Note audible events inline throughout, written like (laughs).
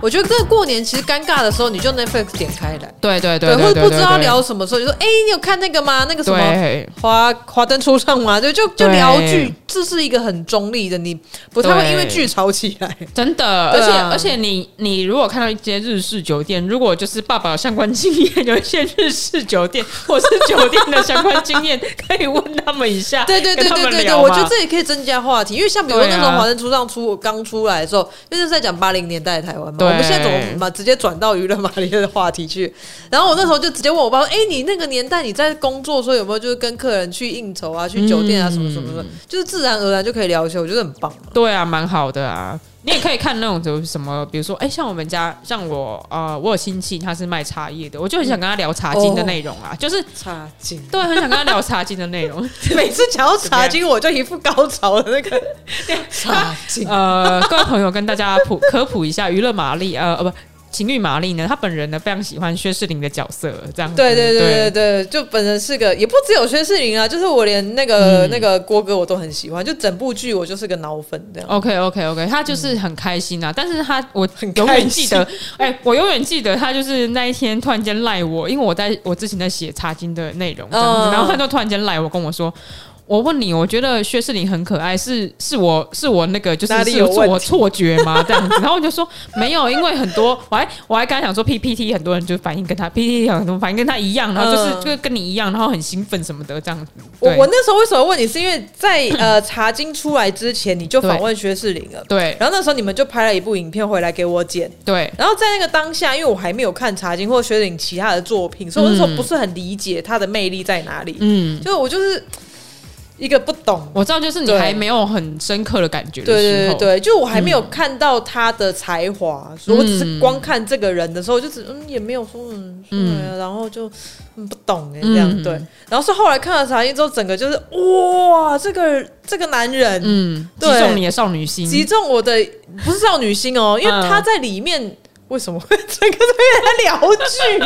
我觉得这个过年其实尴尬的时候，你就 Netflix 点开来，对对对对，对，或者对不知道。对聊什么时候，你说哎、你有看那个吗？那个什么对华华灯初上吗？对，就就对聊剧，这是一个很中立的，你不太会因为对剧吵起来。真的，而对且啊而且你你如果看到一些日式酒店，如果就是爸爸有相关经验，有一些日式酒店或是酒店的相关经验，可以问他们一下，对对对跟他对们对对，聊我嘛觉得这也可以增加话题，因为像比如说对那啊时候华灯初上出刚出来的时候，那就是在讲八零年代的台湾嘛。对我们现在怎么嘛直接转到娱乐玛丽的话题去？然后我那时候就直接问我爸说：“哎、你那个年代你在工作的时候有没有就是跟客人去应酬啊，去酒店啊，什么什嗯么什么，就是自然而然就可以聊一些，我觉得很棒。” (laughs) 对啊，蛮好的啊。你也可以看那种就是什么，比如说，哎、像我们家，像我，呃，我有亲戚他是卖茶叶的，我就很想跟他聊茶经的内容啊，就是茶经，对，很想跟他聊茶经的内容。 (laughs) 每次讲到茶经，我就一副高潮的那个茶经。呃，各位朋友，跟大家普科普一下，娱乐玛丽，呃，呃，不，情欲玛丽呢，她本人呢非常喜欢薛仕凌的角色，这样子。对对对对对对，就本人是个，也不只有薛仕凌啊，就是我连那个、嗯那个郭哥我都很喜欢，就整部剧我就是个脑粉这样。 OK OK OK，他就是很开心啊，但是他我嗯很永开远心记得， (laughs) 哎、我永远记得他就是那一天突然间赖我，因为我在我之前在写查经的内容这样子嗯然后他就突然间赖我跟我说。我问你，我觉得薛仕凌很可爱，是是我是我那个就是哪里是有是我问题错觉吗？这样子，然后我就说没有，因为很多我还我还刚想说 PPT 很多人就反应跟他 PPT 很多反应跟他一样，然后就是、嗯就是跟你一样，然后很兴奋什么的这样子。我对我那时候为什么问你，是因为在呃茶经出来之前你就访问薛仕凌了，对然后那时候你们就拍了一部影片回来给我剪，对然后在那个当下，因为我还没有看茶经或薛仕凌其他的作品，所以我那时候不是很理解她的魅力在哪里，嗯，就我就是一个不懂。我知道，就是你对还没有很深刻的感觉的对对时对候，嗯对，就我还没有看到他的才华，所以我只是光看这个人的时候，就只嗯也没有说嗯，嗯然后就嗯不懂哎、嗯这样对，然后是后来看了茶叶之后，整个就是哇，这个这个男人、嗯，击对中你的少女心，击中我的不是少女心哦，因为嗯他在里面。为什么 (laughs) 会整个都在聊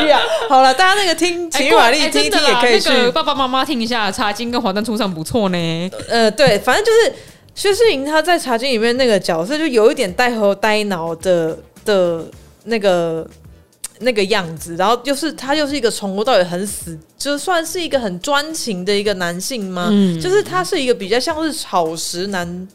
剧呀、啊好了，大家那个听哎情侣过玛丽哎听一真听的也啦可以去那个爸爸妈妈听一下，茶经跟华灯初上不错呢。呃，对，反正就是薛世莹她在《茶经》里面那个角色，就有一点呆头呆脑的的那个那个样子，然后就是他就是一个从头到尾很死，就算是一个很专情的一个男性吗？嗯就是他是一个比较像是草食男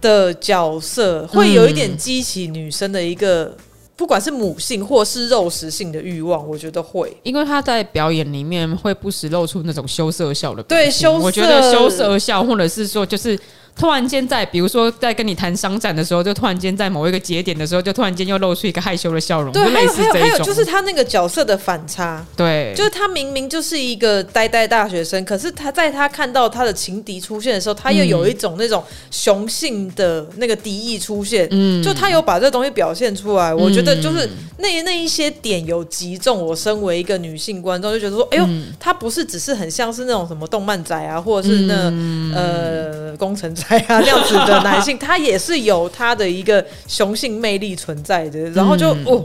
的角色，会有一嗯点激起女生的一个。不管是母性或是肉食性的欲望，我觉得会。因为他在表演里面会不时露出那种羞涩笑的表对情羞涩我觉得羞涩笑，或者是说就是突然间在，比如说在跟你谈商战的时候，就突然间在某一个节点的时候，就突然间又露出一个害羞的笑容，对，哦就还类有似还有这还一有，种，就是他那个角色的反差，对，就是他明明就是一个呆呆大学生，可是他在他看到他的情敌出现的时候，他又有一种那种雄性的那个敌意出现。嗯就他有把这东西表现出来，我觉得就是那那一些点有击中我身为一个女性观众，就觉得说，哎呦，嗯他不是只是很像是那种什么动漫宅啊，或者是那、嗯呃工程宅啊那样子的男性，他也是有他的一个雄性魅力存在的，然后就、嗯哦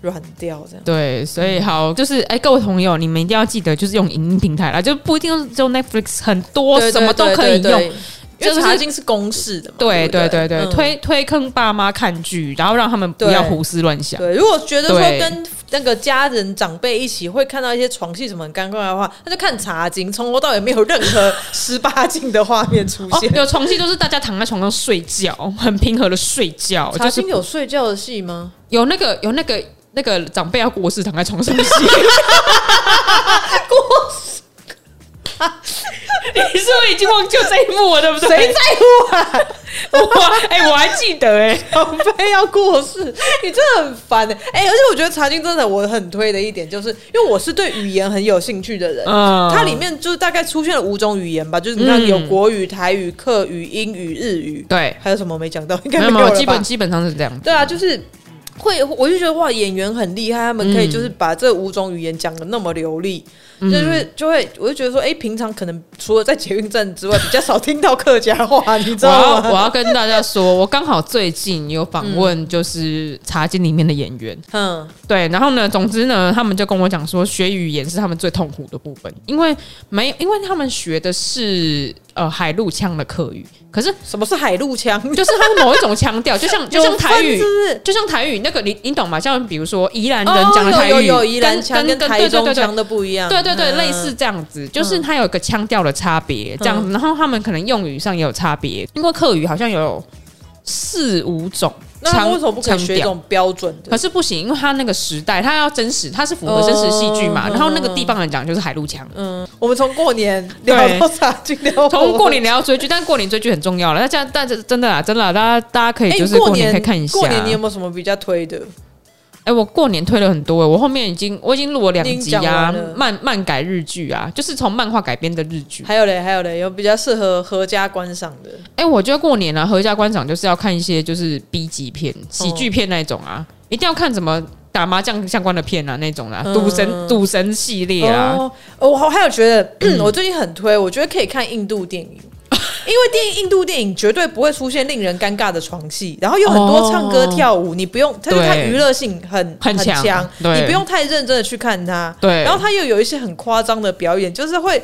软掉这样。对，所以好，就是哎、各位朋友，你们一定要记得，就是用影音平台啦，就不一定只有 Netflix，很多对什么都可以用。，对对对因为就是茶经是公式的嘛。对对对不对对，嗯推推坑爸妈看剧，然后让他们不要对胡思乱想。对，如果觉得说对跟那个家人长辈一起会看到一些床戏什么很尴尬的话，那就看茶经，从头到尾没有任 (laughs) 何十八禁的画面出哦现，。有床戏就是大家躺在床上睡觉，很平和的睡觉，茶就是经有睡觉的戏吗？有那个有那个那个长辈要过世躺在床上 (laughs) 洗，你是不是已经忘记这一幕了？对不对？谁在乎啊？哇？哎、 (laughs) 我还记得哎、长辈要过世，你真的很烦哎、哎、而且我觉得茶经真的我很推的一点，就是因为我是对语言很有兴趣的人，嗯它里面就是大概出现了五种语言吧，就是你看有嗯国语、台语、客语、英语、日语，对，还有什么没讲到？应该没有嗯没没有有，了吧基本基本上是这样。对啊，就是会，我就觉得哇，演员很厉害，他们可以就是把这五种语言讲的那么流利。就是会就会，我就觉得说，哎、平常可能除了在捷运站之外，比较少听到客家话，你知我道要吗？我要跟大家说，我刚好最近有访问，就是《茶经》里面的演员，嗯，对，然后呢，总之呢，他们就跟我讲说，学语言是他们最痛苦的部分，因为没，因为他们学的是呃海陆腔的客语，可是什么是海陆腔？就是他们某一种 (laughs) 腔调，就像就有像分台语是。不是？就像台语那个，你你懂吗？像比如说宜兰哦人讲的台语，有有有宜兰跟腔跟跟跟台对对中对对腔的不一样，对对对，嗯类似。这样子，就是它有一个腔调的差别，这嗯样子。然后他们可能用语上也有差别，因为客语好像有四五种那他腔们为什么不肯腔学这调。种标准可的？是不行，因为他那个时代，他要真实，他是符合真实戏剧嘛。嗯然后那个地方人讲就是海陆腔，嗯，我们从过年对聊到啥就聊到从过年聊到追 (laughs) 剧，但过年追剧很重要了。那这样，但是真的啦，真的啦，大家大家可以哎，就是过年可以看一下。过年你有没有什么比较推的？哎、我过年推了很多、欸，我后面已经我已经录了两已经集讲啊完了，漫漫改日剧啊，就是从漫画改编的日剧。还有嘞，还有嘞，有比较适合合家观赏的。哎、我觉得过年啊，合家观赏就是要看一些就是 B 级片、喜哦剧片那一种啊，一定要看什么打麻将相关的片啊，那种啊，嗯赌神赌神系列啊，哦，哦我好还有觉得， (clears throat) 我最近很推，我觉得可以看印度电影， (clears throat) 因为电影印度电影绝对不会出现令人尴尬的床戏，然后有很多唱歌哦跳舞，你不用，它就它对娱乐性很很强啊强，对你不用太认真的去看它。对，然后它又有一些很夸张的表演，就是会。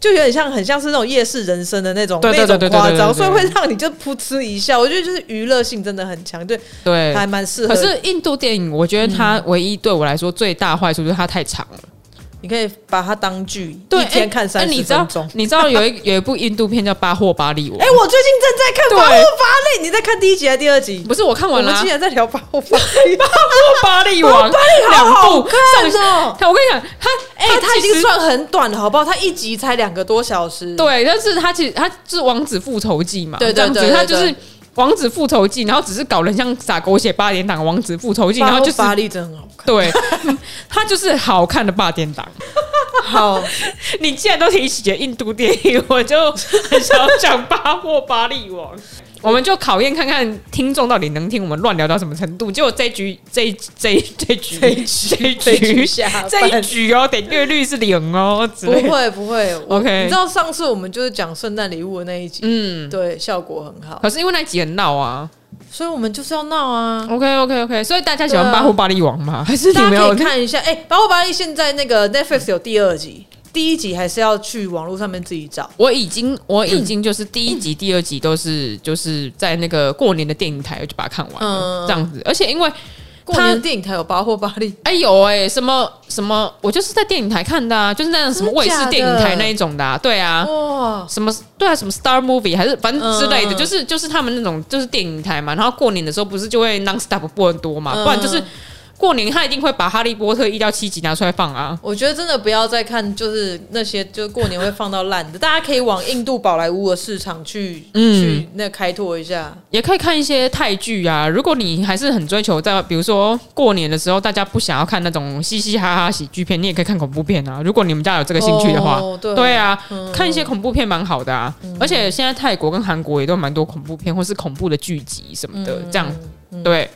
就有点像，很像是那种夜市人生的那种对对那种对对夸对对张，对所以会让你就噗嗤一笑。我觉得就是娱乐性真的很强，对，对。还嗯蛮适合。可是印度电影，我觉得它唯一对我来说最大坏处就是它太长了。你可以把它当剧，对，一天哎看哎三你十知道分钟。你知道有一有一部印度片叫《巴霍巴利王》哎、，我最近正在看《对巴霍巴利》，你在看第一集还是第二集？不是我看我完了们啊、竟然在聊巴霍巴利，巴利王，两好部上看下。哦！他我跟你讲，他哎、哎，它已其经实算很短了，好不好？它一集才两个多小时。对，但是他其实他是《王子复仇记》嘛，对对这样对子，对他就是《王子复仇记》，然后只是搞得很像撒狗血八点档《王子复仇记》，然巴后霍就是巴利真的很好看。对， (laughs) 他就是好看的八点档。好，你既然都提起印度电影，我就很想讲《巴霍巴 (laughs) 利王》。我们就考验看看听众到底能听我们乱聊到什么程度。结果这一局，这一这一这一局，这一局，这一去局，下班这一局哦，点阅率是零哦，之不类的会不会我 OK 你知道上次我们就是讲圣诞礼物的那一集，嗯，对，效果很好，可是因为那集很闹啊，所以我们就是要闹啊。 OK OK OK，所以大家喜欢对《啊巴霍巴利王》吗？还是你大哦没家可有以？看一下，哎、巴霍巴利现在那个 Netflix 有第二集，第一集还是要去网络上面自己找。我已经我已经就是第一集、第二集都是就是在那个过年的电影台就把它看完了，嗯这样子。而且因为过年的电影台有巴霍巴利，哎有哎、什么什么，我就是在电影台看的啊，就是那种什么卫视真的假的电影台那一种的、啊，对啊。哇，什么对啊，什么 Star Movie 还是反正之类的，嗯就是就是他们那种就是电影台嘛，然后过年的时候不是就会 non stop 播很多嘛，嗯不然就是过年他一定会把《哈利波特》一到七集拿出来放啊。我觉得真的不要再看，就是那些就是过年会放到烂的，大家可以往印度宝莱坞的市场去、嗯去那开拓一下。也可以看一些泰剧啊。如果你还是很追求在，比如说过年的时候，大家不想要看那种嘻嘻哈哈喜剧片，你也可以看恐怖片啊。如果你们家有这个兴趣的话，哦对对啊，看一些恐怖片蛮好的啊。而且现在泰国跟韩国也都蛮多恐怖片或是恐怖的剧集什么的，这样对。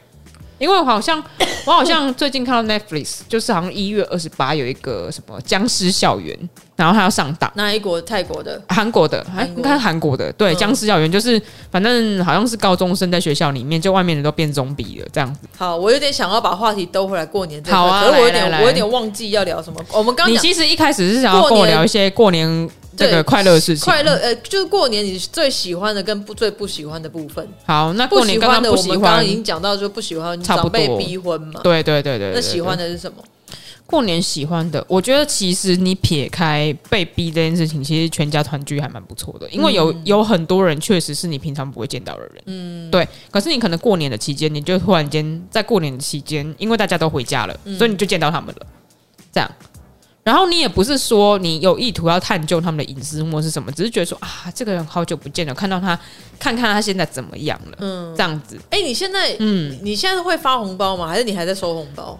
因为我好像我好像最近看到 Netflix，就是好像一月二十八有一个什么僵尸校园，然后它要上档。哪一国？泰国的。韩国的，哎，韩国应该是韩国的，对，嗯僵尸校园就是，反正好像是高中生在学校里面，就外面人都变中比了这样子。好，我有点想要把话题兜回来过年这一块好啊可是我有来来点来我有点忘记要聊什么。我们刚你讲其实一开始是想要跟我过年聊一些过年这个对快乐的事情。快乐，呃，就是过年你最喜欢的跟不最不喜欢的部分。好，那不啊过年喜刚刚欢的不我喜们刚欢刚已，经讲到，就不喜欢差不长多辈逼婚嘛。对对对对对。那喜欢对的是什么？过年喜欢的，我觉得其实你撇开被逼这件事情，其实全家团聚还蛮不错的，因为有、有很多人确实是你平常不会见到的人，嗯，对。可是你可能过年的期间，你就突然间在过年的期间，因为大家都回家了，所以你就见到他们了，这样。然后你也不是说你有意图要探究他们的隐私或是什么，只是觉得说啊，这个人好久不见了，看到他，看看他现在怎么样了，嗯，这样子。哎、你现在，嗯，你现在会发红包吗？还是你还在收红包？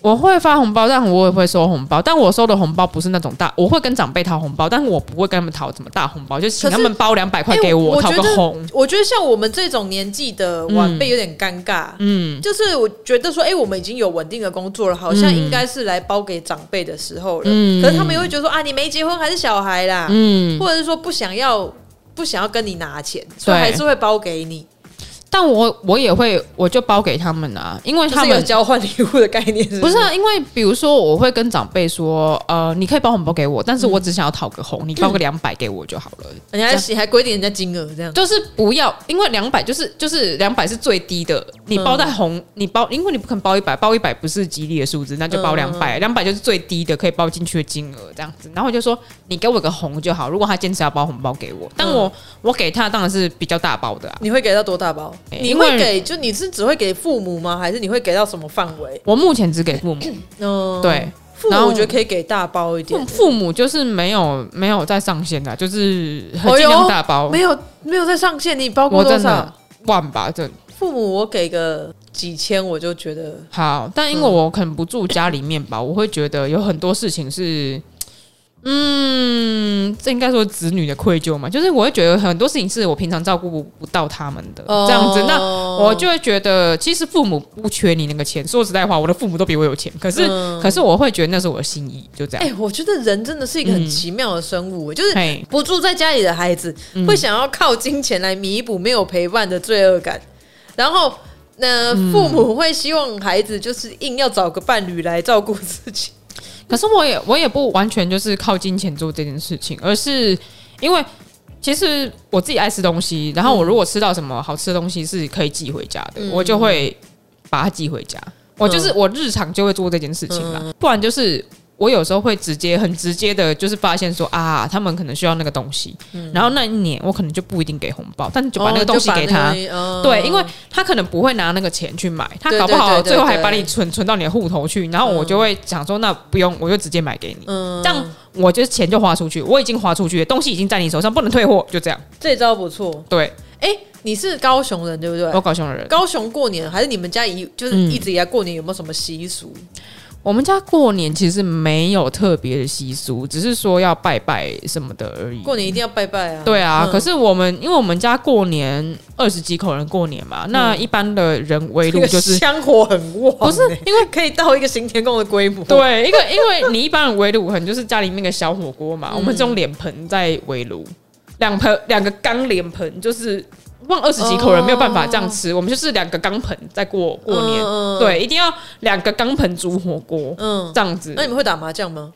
我会发红包，但我也会收红包，但我收的红包不是那种大，我会跟长辈讨红包，但我不会跟他们讨什么大红包，就请可他是们包两百块哎给我我，我讨觉个得红。我觉得像我们这种年纪的晚辈有点尴尬，嗯，就是我觉得说，哎、我们已经有稳定的工作了，好像应该是来包给长辈的时候了，可是他们又会觉得说，啊，你没结婚还是小孩啦，嗯，或者是说不想要不想要跟你拿钱，所以对还是会包给你，但我我也会，我就包给他们啊，因为就他是有们交换礼物的概念是不不是是？啊，因为比如说我会跟长辈说，呃，你可以包红包给我，但是我只想要讨个红，你包个两百给我就好了，你还你还规定人家金额这样，就是不要，因为两百就是就是两百是最低的，你包在红，嗯你包，因为你不肯包一百，包一百不是吉利的数字，那就包嗯两百、两百就是最低的可以包进去的金额这样子。然后我就说你给我个红就好，如果他坚持要包红包给我，但嗯我、我给他当然是比较大包的啊。你会给到多大包？哎你因为会给就你是只会给父母吗？还是你会给到什么范围？我目前只给父母，嗯，对，父母然后我觉得可以给大包一点父。父母就是没有没有在上限的啊，就是很哎呦尽量大包。没有没有在上线，你包哦我括多真少的？万吧，这父母我给个几千，我就觉得好，但因为我可能不住家里面嗯吧，我会觉得有很多事情是，嗯，这应该说子女的愧疚嘛，就是我会觉得很多事情是我平常照顾不不到他们的、哦这样子，那我就会觉得其实父母不缺你那个钱，说实在话，我的父母都比我有钱，可是、可是我会觉得那是我的心意，就这嗯样哎、。我觉得人真的是一个很奇妙的生物，欸就是嘿，不住在家里的孩子、嗯会想要靠金钱来弥补没有陪伴的罪恶感，然后。那嗯父母会希望孩子就是硬要找个伴侣来照顾自己，可是我也我也不完全就是靠金钱做这件事情，而是因为其实我自己爱吃东西，然后我如果吃到什么好吃的东西是可以寄回家的，我就会把它寄回家。我就是我日常就会做这件事情啦，不然就是。我有时候会直接很直接的，就是发现说啊，他们可能需要那个东西，然后那一年我可能就不一定给红包，但嗯就把那个哦东西给他。，就把那个哦对，因为他可能不会拿那个钱去买，他对搞不对好对对最后还对把你存存到你的户头去，然后我就会想说，那不用，我就直接买给你，嗯这样我就钱就花出去，我已经花出去了，东西已经在你手上，不能退货，就这样。这招不错。对，哎、你是高雄人对不对？我搞凶的人，高雄过年还是你们家一就是一直以来过年有没有什么习俗？我们家过年其实没有特别的习俗，只是说要拜拜什么的而已。过年一定要拜拜啊！对啊，嗯可是我们因为我们家过年二十几口人过年嘛，那嗯一般的人围这炉个就是香火很旺、不是因为可以到一个行天宫的规模。，对，啊因为因为你一般人围炉可能就是家里面的小火锅嗯嘛，我们这种脸盆在围炉，两盆两个钢脸盆，就是忘二十几口人没有办法这样吃，我们就是两个钢盆在过过年，嗯嗯嗯对，一定要两个钢盆煮火锅。嗯，这样子那，你们会打麻将吗？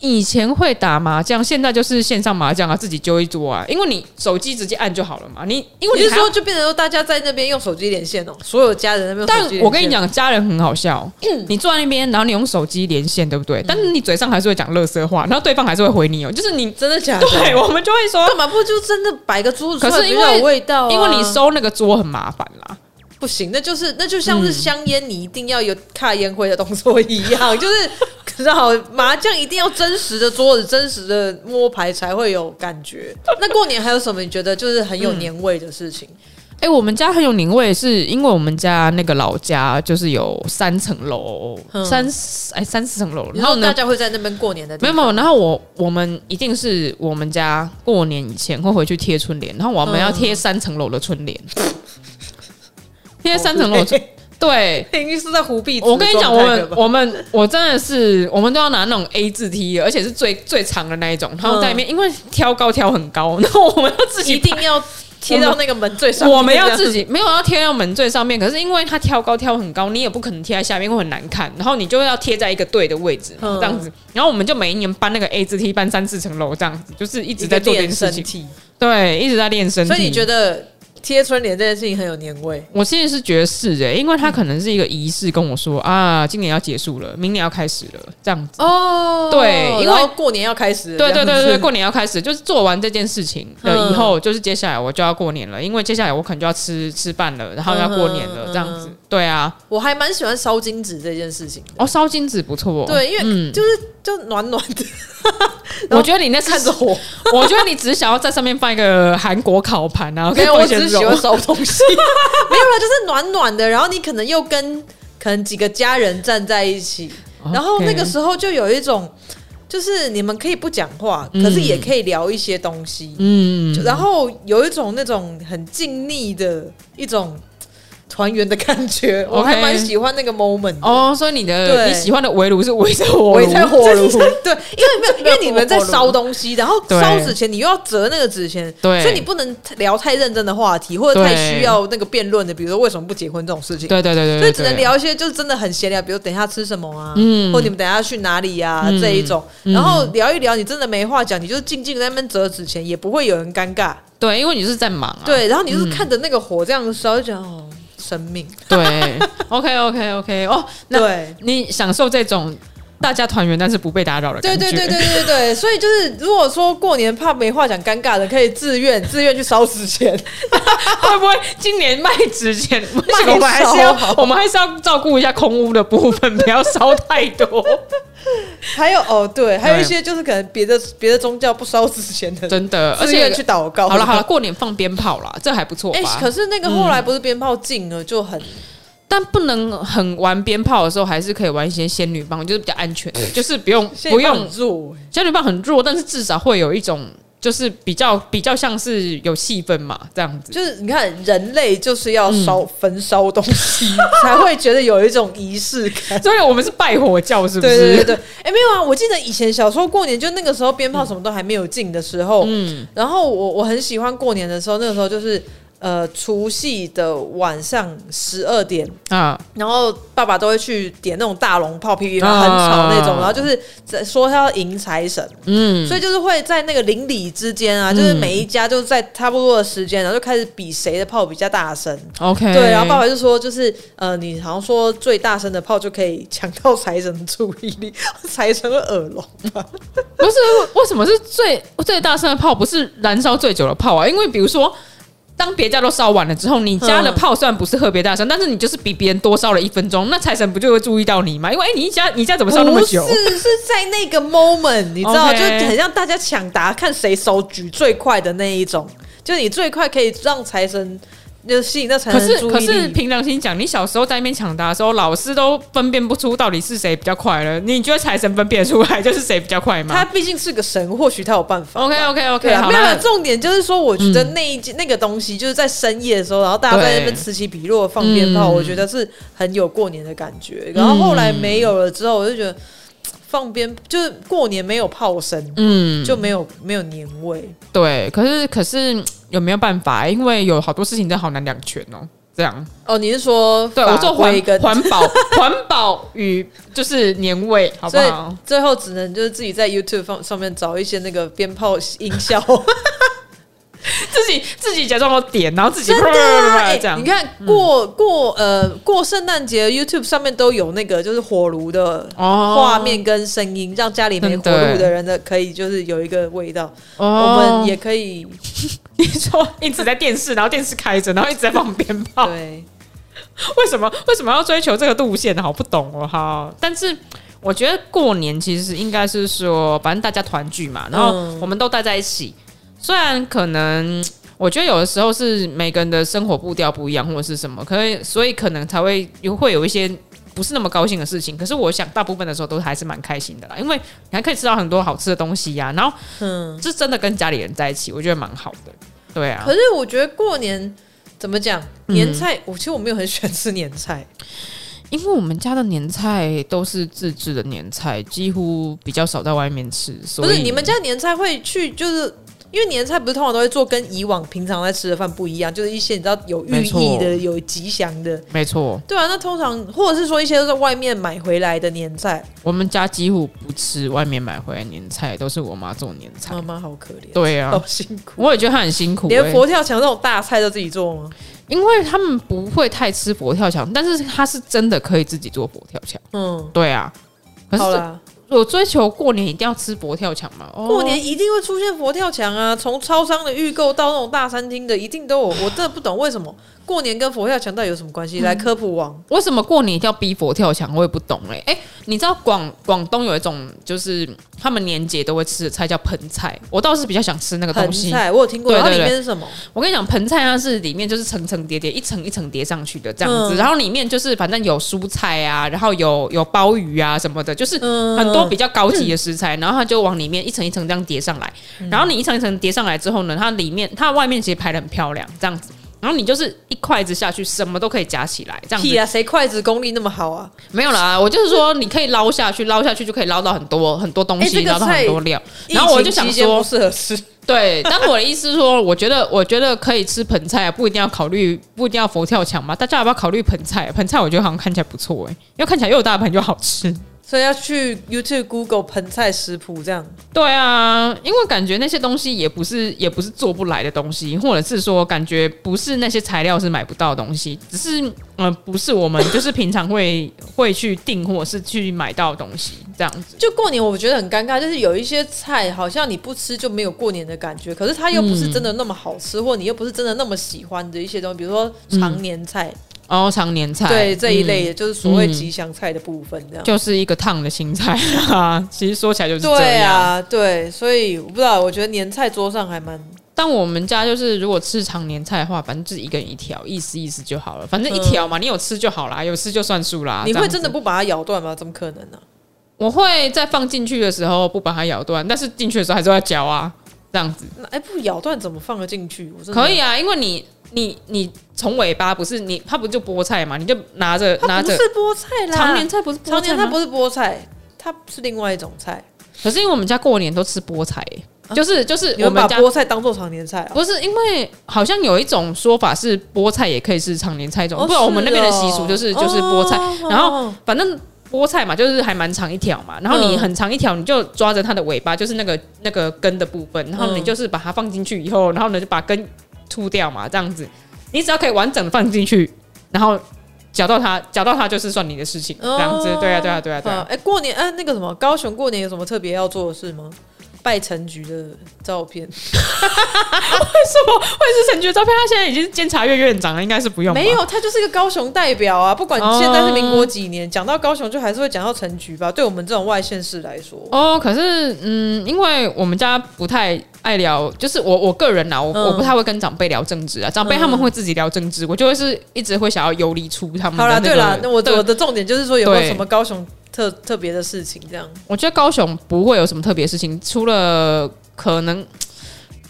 以前会打麻将，现在就是线上麻将啊，自己揪一桌啊，因为你手机直接按就好了嘛。你因为你你是还要说就变成说大家在那边用手机连线哦、所有家人在那边。但我跟你，讲，家人很好 (clears throat) 笑。你坐在那边，然后你用手机连线，对不嗯对？但是你嘴上还是会讲乐色话，然后对方还是会回你哦、就是你真的 (laughs) 假的？对，我们就会说，干嘛不就真的摆个桌子出来？可是因比较有为味道、啊，因为你收那个桌很麻烦啦。不行，那就是那就嗯像是香烟，你一定要有卡烟灰的动作一样， (laughs) 就是。知道麻将一定要真实的桌子、真实的摸牌才会有感觉。那过年还有什么你觉得就是很有年味的事情？哎、我们家很有年味，是因为我们家那个老家就是有三层楼，嗯三哎三四层楼，你然说后大呢？家会在那边过年的地没有方？没有，然后我我们一定是我们家过年以前会回去贴春联，然后我们要贴三层楼的春联，嗯贴、三层楼的春，对， (laughs) 已经是在湖壁。我跟你讲，我们我们我真的是，我们都要拿那种 A 字梯的，而且是最最长的那一种。然后在里嗯面，因为挑高挑很高，然后我们要自己一定要贴到那个门最上面。我们要自己己没有要贴到门最上面，可是因为它挑高挑很高，你也不可能贴在下面会很难看，然后你就要贴在一个对的位置嘛，嗯这样子。然后我们就每一年搬那个 A 字梯，搬三四层楼，这样子，就是一直在做这件事身情，体。对，一直在练身体。所以你觉得贴春联这件事情很有年味？我现在是觉得是诶、因为他嗯可能是一个仪式，跟我说啊，今年要结束了，明年要开始了，这样子。哦对因为过年要开始了。对对这样对子嗯对，过年要开始，就是做完这件事情了以后，就是接下来我就要过年了，因为接下来我可能就要吃吃饭了，然后要过年了，嗯这样子。对啊，我还蛮喜欢烧金纸这件事情的。哦，烧金纸不错哦。，对，因为就是就暖暖的，我觉得你那是看着，火。 (laughs) 我觉得你只是想要在上面放一个韩国烤盘啊，没有，可以放我一些 (laughs) 只是喜肉欢烧东西。没有啦，就是暖暖的，然后你可能又跟。可能几个家人站在一起，哦然后那个时候就有一种，就是你们可以不讲话，可是也可以聊一些东西，嗯，就然后有一种那种很静谧的一种团圆的感觉，我还 OK 蛮喜欢那个 moment 的。哦，所以你的对你喜欢的围炉是围着火 (laughs) 围在火炉，炉，对，因为没有，因为你们在烧东西，然后对烧纸钱，你又要折那个纸钱，对所以你不能聊太认真的话题，或者太需要那个辩论的，比如说为什么不结婚这种事情， (laughs) 对对对对，对所以只能对聊一些就是真的很闲聊，比如等一下吃什么啊，嗯或你们等一下去哪里呀、嗯这一种，嗯然后聊一聊，你真的没话讲，你就静静在那边折纸钱，也不会有人尴尬，对，因为你是在忙啊，对，然后你就是看着那个火这样烧，就觉得哦，生命，对，OK OK OK，哦，那对。你享受这种大家团圆但是不被打扰的对感觉，对对对对对，所以就是如果说过年怕没话讲尴尬的，可以自愿自愿去烧纸钱， (laughs) (laughs) 会不会今年卖纸钱？卖不行，我们还是少要，我们还是要照顾一下空屋的部分，不要烧太 (laughs) 多。还有哦对，还有一些就是可能别的别的宗教不烧纸钱的，真的，而自愿且去祷告。好了好 (laughs) 了，，过年放鞭炮啦，这还不错哎、吧？可是那个后来不是鞭炮禁了，就很嗯但不能很玩鞭炮的时候，还是可以玩一些仙女棒，就是比较安全，哎就是不用现在不也用很弱、哎仙女棒很弱，但是至少会有一种就是比较比较像是有气氛嘛，这样子。就是你看人类就是要烧、焚烧东西，才会觉得有一种仪式感。所以我们是拜火教， (laughs) 是不对是？对对对，哎、没有啊！我记得以前小时候过年，就那个时候鞭炮什么都还没有禁的时候，嗯，然后我我很喜欢过年的时候，那个时候就是呃除夕的晚上十二点，啊，然后爸爸都会去点那种大龙炮，噼噼啪啪啊很吵那种，然后就是在说他要迎财神，嗯，所以就是会在那个邻里之间啊，就是每一家就是在差不多的时间，然后就开始比谁的炮比较大声。 OK，对，然后爸爸就说，就是呃，你好像说最大声的炮就可以抢到财神的注意力， (laughs) 财神的耳聋。不是为什么是最最大声的炮，不是燃烧最久的炮啊？因为比如说，当别家都烧完了之后，你家的炮虽然不是特别大声，但是你就是比别人多烧了一分钟，那财神不就会注意到你吗？因为哎、你一家你家怎么烧那么久不？是，是在那个 moment，你知道 OK 就很像大家抢答，看谁手举最快的那一种，就你最快可以让财神就吸引到财可神的是注 (laughs) 可意是，力。凭良心讲，你小时候在那边抢答的时候，老师都分辨不出到底是谁比较快了。你觉得财神分辨出来就是谁比较快他吗毕竟是个神，或许他有办法。 ？OK OK 对 OK，啊，好没有啦啊重点就是说，我觉得那一、那个东西就是在深夜的时候，然后大家在那边此起彼落地放鞭炮，嗯我觉得是很有过年的感觉。然后后来没有了之后，我就觉得嘖放鞭就是过年没有炮声，嗯，就没有没有年味。对。可是可是有没有办法？因为有好多事情真的好难两全哦。这样，哦，你是说对我做法规环跟环 (laughs) 保环保与就是年味，好不所以好？最后只能就是自己在 YouTube 放上面找一些那个鞭炮音 (laughs) 效，自己自己假装我点，然后自己真的啊、哎这样嗯你。看过过呃过圣诞节 YouTube 上面都有那个就是火炉的哦画面跟声音，让家里没火真的炉的人的可以就是有一个味道。我哦们也 (laughs) 可以你说一直在电视，然后电视开着，然后一直在 (laughs) 放鞭炮，对， (laughs) 为什么为什么要追求这个路线？好不懂哦，哈。但是我觉得过年其实应该是说，反正大家团聚嘛，然后嗯我们都待在一起。虽然可能我觉得有的时候是每个人的生活步调不一样，或者是什么，可以所以可能才会有会有一些。不是那么高兴的事情，可是我想大部分的时候都还是蛮开心的啦，因为你还可以吃到很多好吃的东西呀、然后嗯。是真的跟家里人在一起，我觉得蛮好的。对啊可，是我觉得过年怎么讲，嗯年菜、我其实我没有很喜欢吃年菜，因为我们家的年菜都是自制的年菜，几乎比较少在外面吃，所不以是你们家年菜会去就是。因为年菜不是通常都会做跟以往平常在吃的饭不一样，就是一些你知道有寓没错意的、有吉祥的，没错，对啊。那通常或者是说一些都在外面买回来的年菜，我们家几乎不吃外面买回来年菜，都是我妈做年菜。妈妈好可怜，对啊好辛苦，我也觉得她很辛苦、哦连欸佛跳墙这种大菜都自己做吗？因为他们不会太吃佛跳墙，但是她是真的可以自己做佛跳墙。嗯，对啊，可好是啦，我追求过年一定要吃佛跳墙嘛？哦过年一定会出现佛跳墙啊，从超商的预购到那种大餐厅的，一定都有。我真的不懂为什么过年跟佛跳墙到底有什么关系？来科普王，为什么过年一定要逼佛跳墙？我也不懂哎、哎、你知道广广东有一种就是他们年节都会吃的菜叫盆菜，我倒是比较想吃那个盆东西。菜我有听过，对然后对里对面是什么？我跟你讲，盆菜它是里面就是层层叠叠，一层一层叠上去的这样子，嗯然后里面就是反正有蔬菜啊，然后有有鲍鱼啊什么的，就是嗯很多比较高级的食材，然后它就往里面一层一层这样叠上来，嗯然后你一层一层叠上来之后呢，它里面它外面其实排的很漂亮这样子。然后你就是一筷子下去，什么都可以夹起来，这样子屁啊，谁筷子功力那么好啊？没有啦，我就是说，你可以捞下去，捞下去就可以捞到很多很多东哎西，这个捞到很多料。然后我就想疫情期间说不，适合吃，对，但我的意思是说，我觉得我觉得可以吃盆菜啊，不一定要考虑，不一定要佛跳墙嘛。大家要不要考虑盆菜啊、盆菜我觉得好像看起来不错哎、因为看起来又大盆又好吃。所以要去 YouTube、Google 盆菜食谱这样。对啊，因为感觉那些东西也不是也不是做不来的东西，或者是说感觉不是那些材料是买不到的东西，只是嗯、呃不是我们就是平常会会去订或是去买到的东西这样子。就过年，我觉得很尴尬，就是有一些菜好像你不吃就没有过年的感觉，可是它又不是真的那么好吃，或你又不是真的那么喜欢的一些东西，比如说常年菜，然后哦常年菜，对这一类的，就是所谓嗯吉祥菜的部分，这样。就是一个烫的青菜 (laughs) 啊。其实说起来就是这样。对啊，对，所以我不知道，我觉得年菜桌上还蛮但我们家就是如果吃常年菜的话，反正就是一个人一条，意思意思就好了。反正一条嘛，你有吃就好啦，有吃就算数啦。嗯你这会样子真的？不把它咬断吗？怎么可能呢、啊我会在放进去的时候不把它咬断，但是进去的时候还是要嚼啊，这样子那哎、不咬断怎么放得进去？我真的可以，啊，因为你你你从尾巴不是你，它不就菠菜嘛，你就拿着它拿不是着。菠菜啦，常年菜不是菠常菜年吗它？不是菠菜，它是另外一种菜。可是因为我们家过年都吃菠菜、就是就是你我们把们家菠菜当做常年菜啊？不是因为好像有一种说法是菠菜也可以是常年菜一种，哦不然我们那边的是哦习俗就是就是菠菜，哦然后哦反正菠菜嘛，就是还蛮长一条嘛，然后你嗯很长一条，你就抓着它的尾巴，就是那个那个根的部分，然后你嗯就是把它放进去以后，然后呢就把根吐掉嘛，这样子，你只要可以完整地放进去，然后嚼到它，嚼到它就是算你的事情，这样子，对啊，对啊，对啊，对好啊。哎、过年哎、那个什么，高雄过年有什么特别要做的事吗？拜陈局的照片为什么会是陈局的照片？他现在已经是监察院院长了，应该是不用吧没有，他就是一个高雄代表啊。不管哦现在是民国几年，讲、到高雄就还是会讲到陈局吧。对我们这种外县市来说，哦，可是嗯，因为我们家不太爱聊，就是我我个人啦，啊我、嗯我不太会跟长辈聊政治啊，长辈他们会自己聊政治，我就会是一直会想要游离出他们的好啦，那个、对啦，那我对我的重点就是说有没有对什么高雄特特别的事情这样？我觉得高雄不会有什么特别事情，除了可能。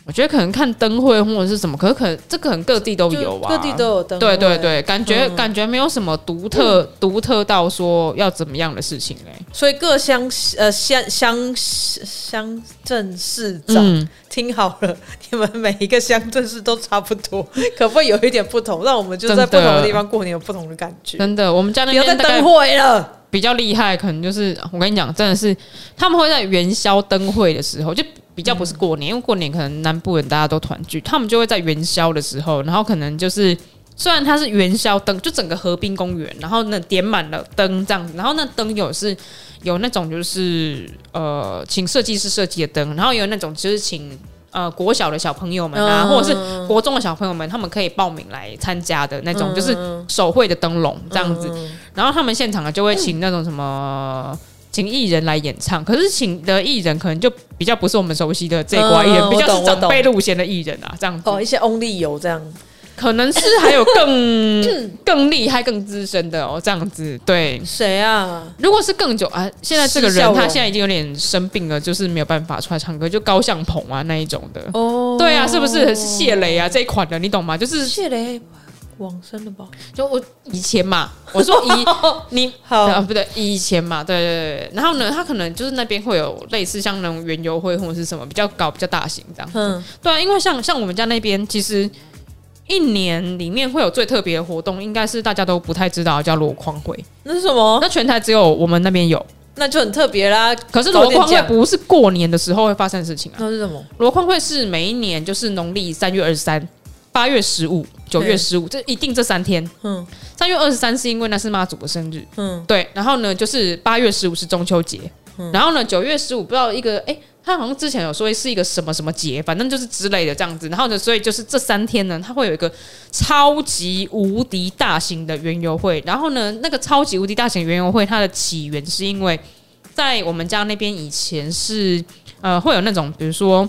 我觉得可能看灯会或者是什么，可是可能这可能各地都就有吧，各地都有灯。对对，对，感觉、嗯感觉没有什么独特独、特到说要怎么样的事情欸嘞、所以各乡呃乡乡乡镇市长、嗯听好了，你们每一个乡镇市都差不多， (laughs) 可不可以有一点不同？让我们就在真的不同的地方过年有不同的感觉。真的，我们家那不要边再大概灯会了，比较厉害，可能就是我跟你讲，真的是他们会在元宵灯会的时候，就比较不是过年，因为过年可能南部人大家都团聚，他们就会在元宵的时候，然后可能就是虽然它是元宵灯，就整个河滨公园，然后呢点满了灯这样子，然后那灯有是有那种就是呃请设计师设计的灯，然后有那种就是请。呃，国小的小朋友们啊，嗯或者是国中的小朋友们，他们可以报名来参加的那种，就是手绘的灯笼这样子。然后他们现场啊就嗯会请那种什么。请艺人来演唱，可是请的艺人可能就比较不是我们熟悉的这一挂艺人，嗯比较我是懂长辈路线的艺人啊，这样子，哦，一些 only 有这样，可能是还有 (laughs) 更更厉害、更资深的哦，这样子。对，谁啊？如果是更久啊，现在这个施孝人荣他现在已经有点生病了，就是没有办法出来唱歌，就高向鹏啊那一种的。哦，对啊，是不是是谢雷啊这一款的，你懂吗？就是谢雷往生了吧？就我以前嘛，我 (laughs) 说以你啊，好，不对，以前嘛，对对对。然后呢，他可能就是那边会有类似像那种园游会或者是什么比较搞比较大型这样。嗯，对啊，因为像像我们家那边，其实一年里面会有最特别的活动，应该是大家都不太知道的叫箩筐会。那是什么？那全台只有我们那边有，那就很特别啦。可是早箩点筐会讲嗯不是过年的时候会发生的事情啊。那是什么？箩筐会是每一年就是农历三月二十三、八月十五、九月嗯十五，这一定这三天。嗯三月二十三是因为那是妈祖的生日。嗯，对，然后呢，就是八月十五是中秋节，然后呢，九月十五不知道一个哎。它他好像之前有说是一个什么什么节，反正就是之类的这样子。然后呢，所以就是这三天呢，他会有一个超级无敌大型的园游会。然后呢，那个超级无敌大型园游会，它的起源是因为在我们家那边以前是呃会有那种比如说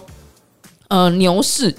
呃牛市，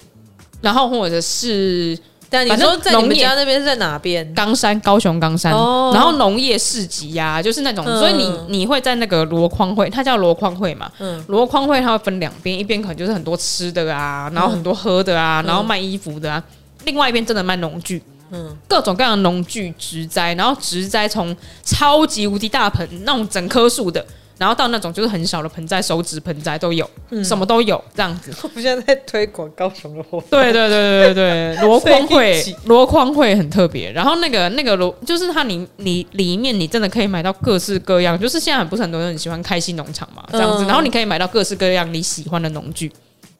然后或者是但你反说正在你们农业家那边是在哪边？冈山，高雄冈山，哦然后农业市集呀、就是那种，嗯所以你你会在那个箩筐会，它叫箩筐会嘛，嗯箩筐会它会分两边，一边可能就是很多吃的嗯啊，然后很多喝的啊，然后卖衣服的啊，另外一边真的卖农具，嗯，各种各样的农具植栽，然后植栽从超级无敌大盆那种整棵树的。然后到那种就是很小的盆栽、手指盆栽都有，嗯什么都有这样子。 (laughs) 我们现在在推广高雄的活动。对对对对对，对，箩筐所以一会起箩筐会很特别。然后那个那个箩，就是它里里里面你真的可以买到各式各样，就是现在不是很多人喜欢开心农场嘛这样子，嗯然后你可以买到各式各样你喜欢的农具，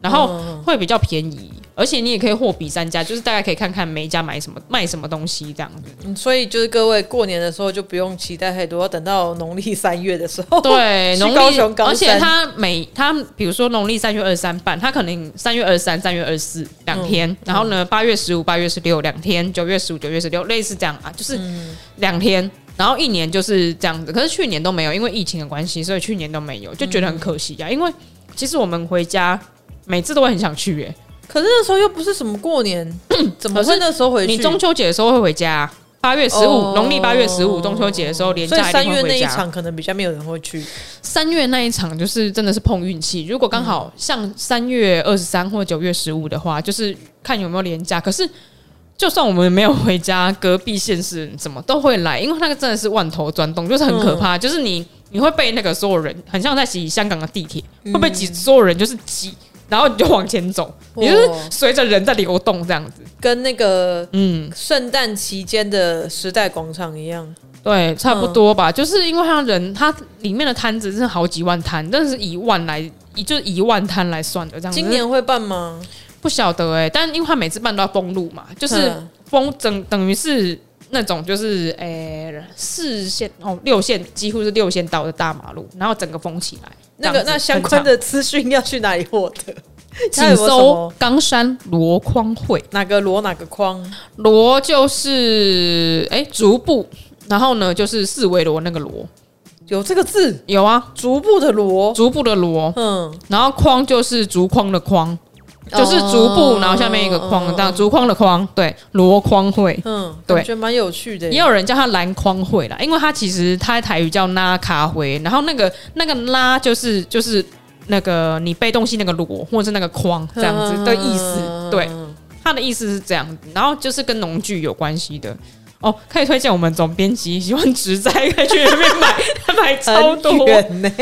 然后会比较便宜，而且你也可以货比三家，就是大概可以看看每一家买什么卖什么东西这样子。嗯所以就是各位过年的时候就不用期待太多，要等到农历三月的时候。对，去农高历雄，冈而且山他每他比如说农历三月二十三办，他可能三月二十三、三月二十四两天，嗯然后呢八月十五、八月十六两天，九月十五、九月十六类似这样啊，就是嗯两天。然后一年就是这样子，可是去年都没有，因为疫情的关系，所以去年都没有，就觉得很可惜嗯啊呀、因为其实我们回家每次都会很想去、耶。 (laughs) 可是那时候又不是什么过 (coughs) 年，怎么可会是那时候回去？你中秋节的时候会回家、啊八月十五、哦农历八月十五中秋节的时候，连所以假三定会月那回一家。场可能比较没有人会去。三月那一场就是真的是碰运气，如果刚好像三月二十三或九月十五的话，就是看有没有廉价。可是就算我们没有回家，隔壁县市什么都会来，因为那个真的是万头钻洞，就是很可怕。就是你你会被那个所有人，很像在挤香港的地铁，会被挤所有人就是挤，然后你就往前走，你就是哦随着人在流动这样子。跟那个嗯，圣诞期间的时代广场一样，对，差不多吧。嗯就是因为他人，他里面的摊子是好几万摊，但是以万来，以就是一万摊来算的这样子。今年会办吗？不晓得哎、但因为他每次办都要封路嘛，就是嗯封等等于是那种就是诶、四线哦六线几乎是六线道的大马路，然后整个封起来。那个这样那子相关的资讯要去哪里获得？很它有长 (laughs) 什请么搜冈山箩筐会，哪个罗哪个框？箩就是诶、竹部，然后呢就是四维罗那个罗，有这个字，有啊，逐步的罗，竹部的罗，嗯，然后框就是竹筐的框，就是哦竹部，然后下面一个框，这样竹筐的筐，对，箩筐会。嗯，对感觉蛮有趣的也耶。有人叫它篮筐会啦，因为它其实它台语叫拉卡会，然后那个那个拉就是就是那个你被东西那个箩或者是那个筐这样子的意思，嗯对，它的意思是这样，然后就是跟农具有关系的。哦，可以推荐我们总编辑喜欢植栽，可以去那边买， (laughs) 他买超多。很远呢。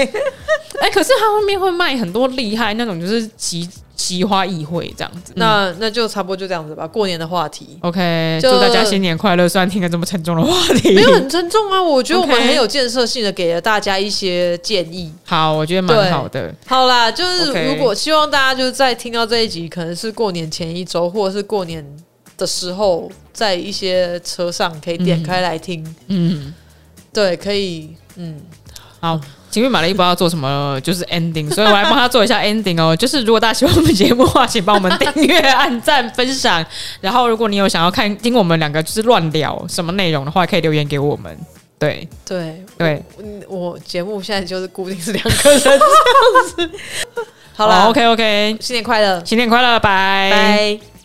哎、可是他后面会卖很多厉害那种，就是奇奇花异卉这样子。嗯那那就差不多就这样子吧。过年的话 (laughs) 题 OK，就祝大家新年快乐！虽然听了这么沉重的话题，没有很沉重啊，我觉得我们 OK 很有建设性的给了大家一些建议。 (laughs) 好，我觉得对蛮好的。好啦，就是 OK 如果希望大家就是在听到这一集，可能是过年前一周，或者是过年的时候，在一些车上可以点开来听。嗯，对，可以，嗯，好。情侣买了一不知道做什么，就是 ending，所以我来帮他做一下 ending 哦。就是如果大家喜欢我们节目的话，请帮我们订阅、按赞、分享。然后，如果你有想要看听我们两个就是乱聊什么内容的话，可以留言给我们。对对，对，嗯我节目现在就是固定是两个人这 (laughs) 样子。好啦、 o k 哦 OK，新年快乐，新年快乐，拜拜。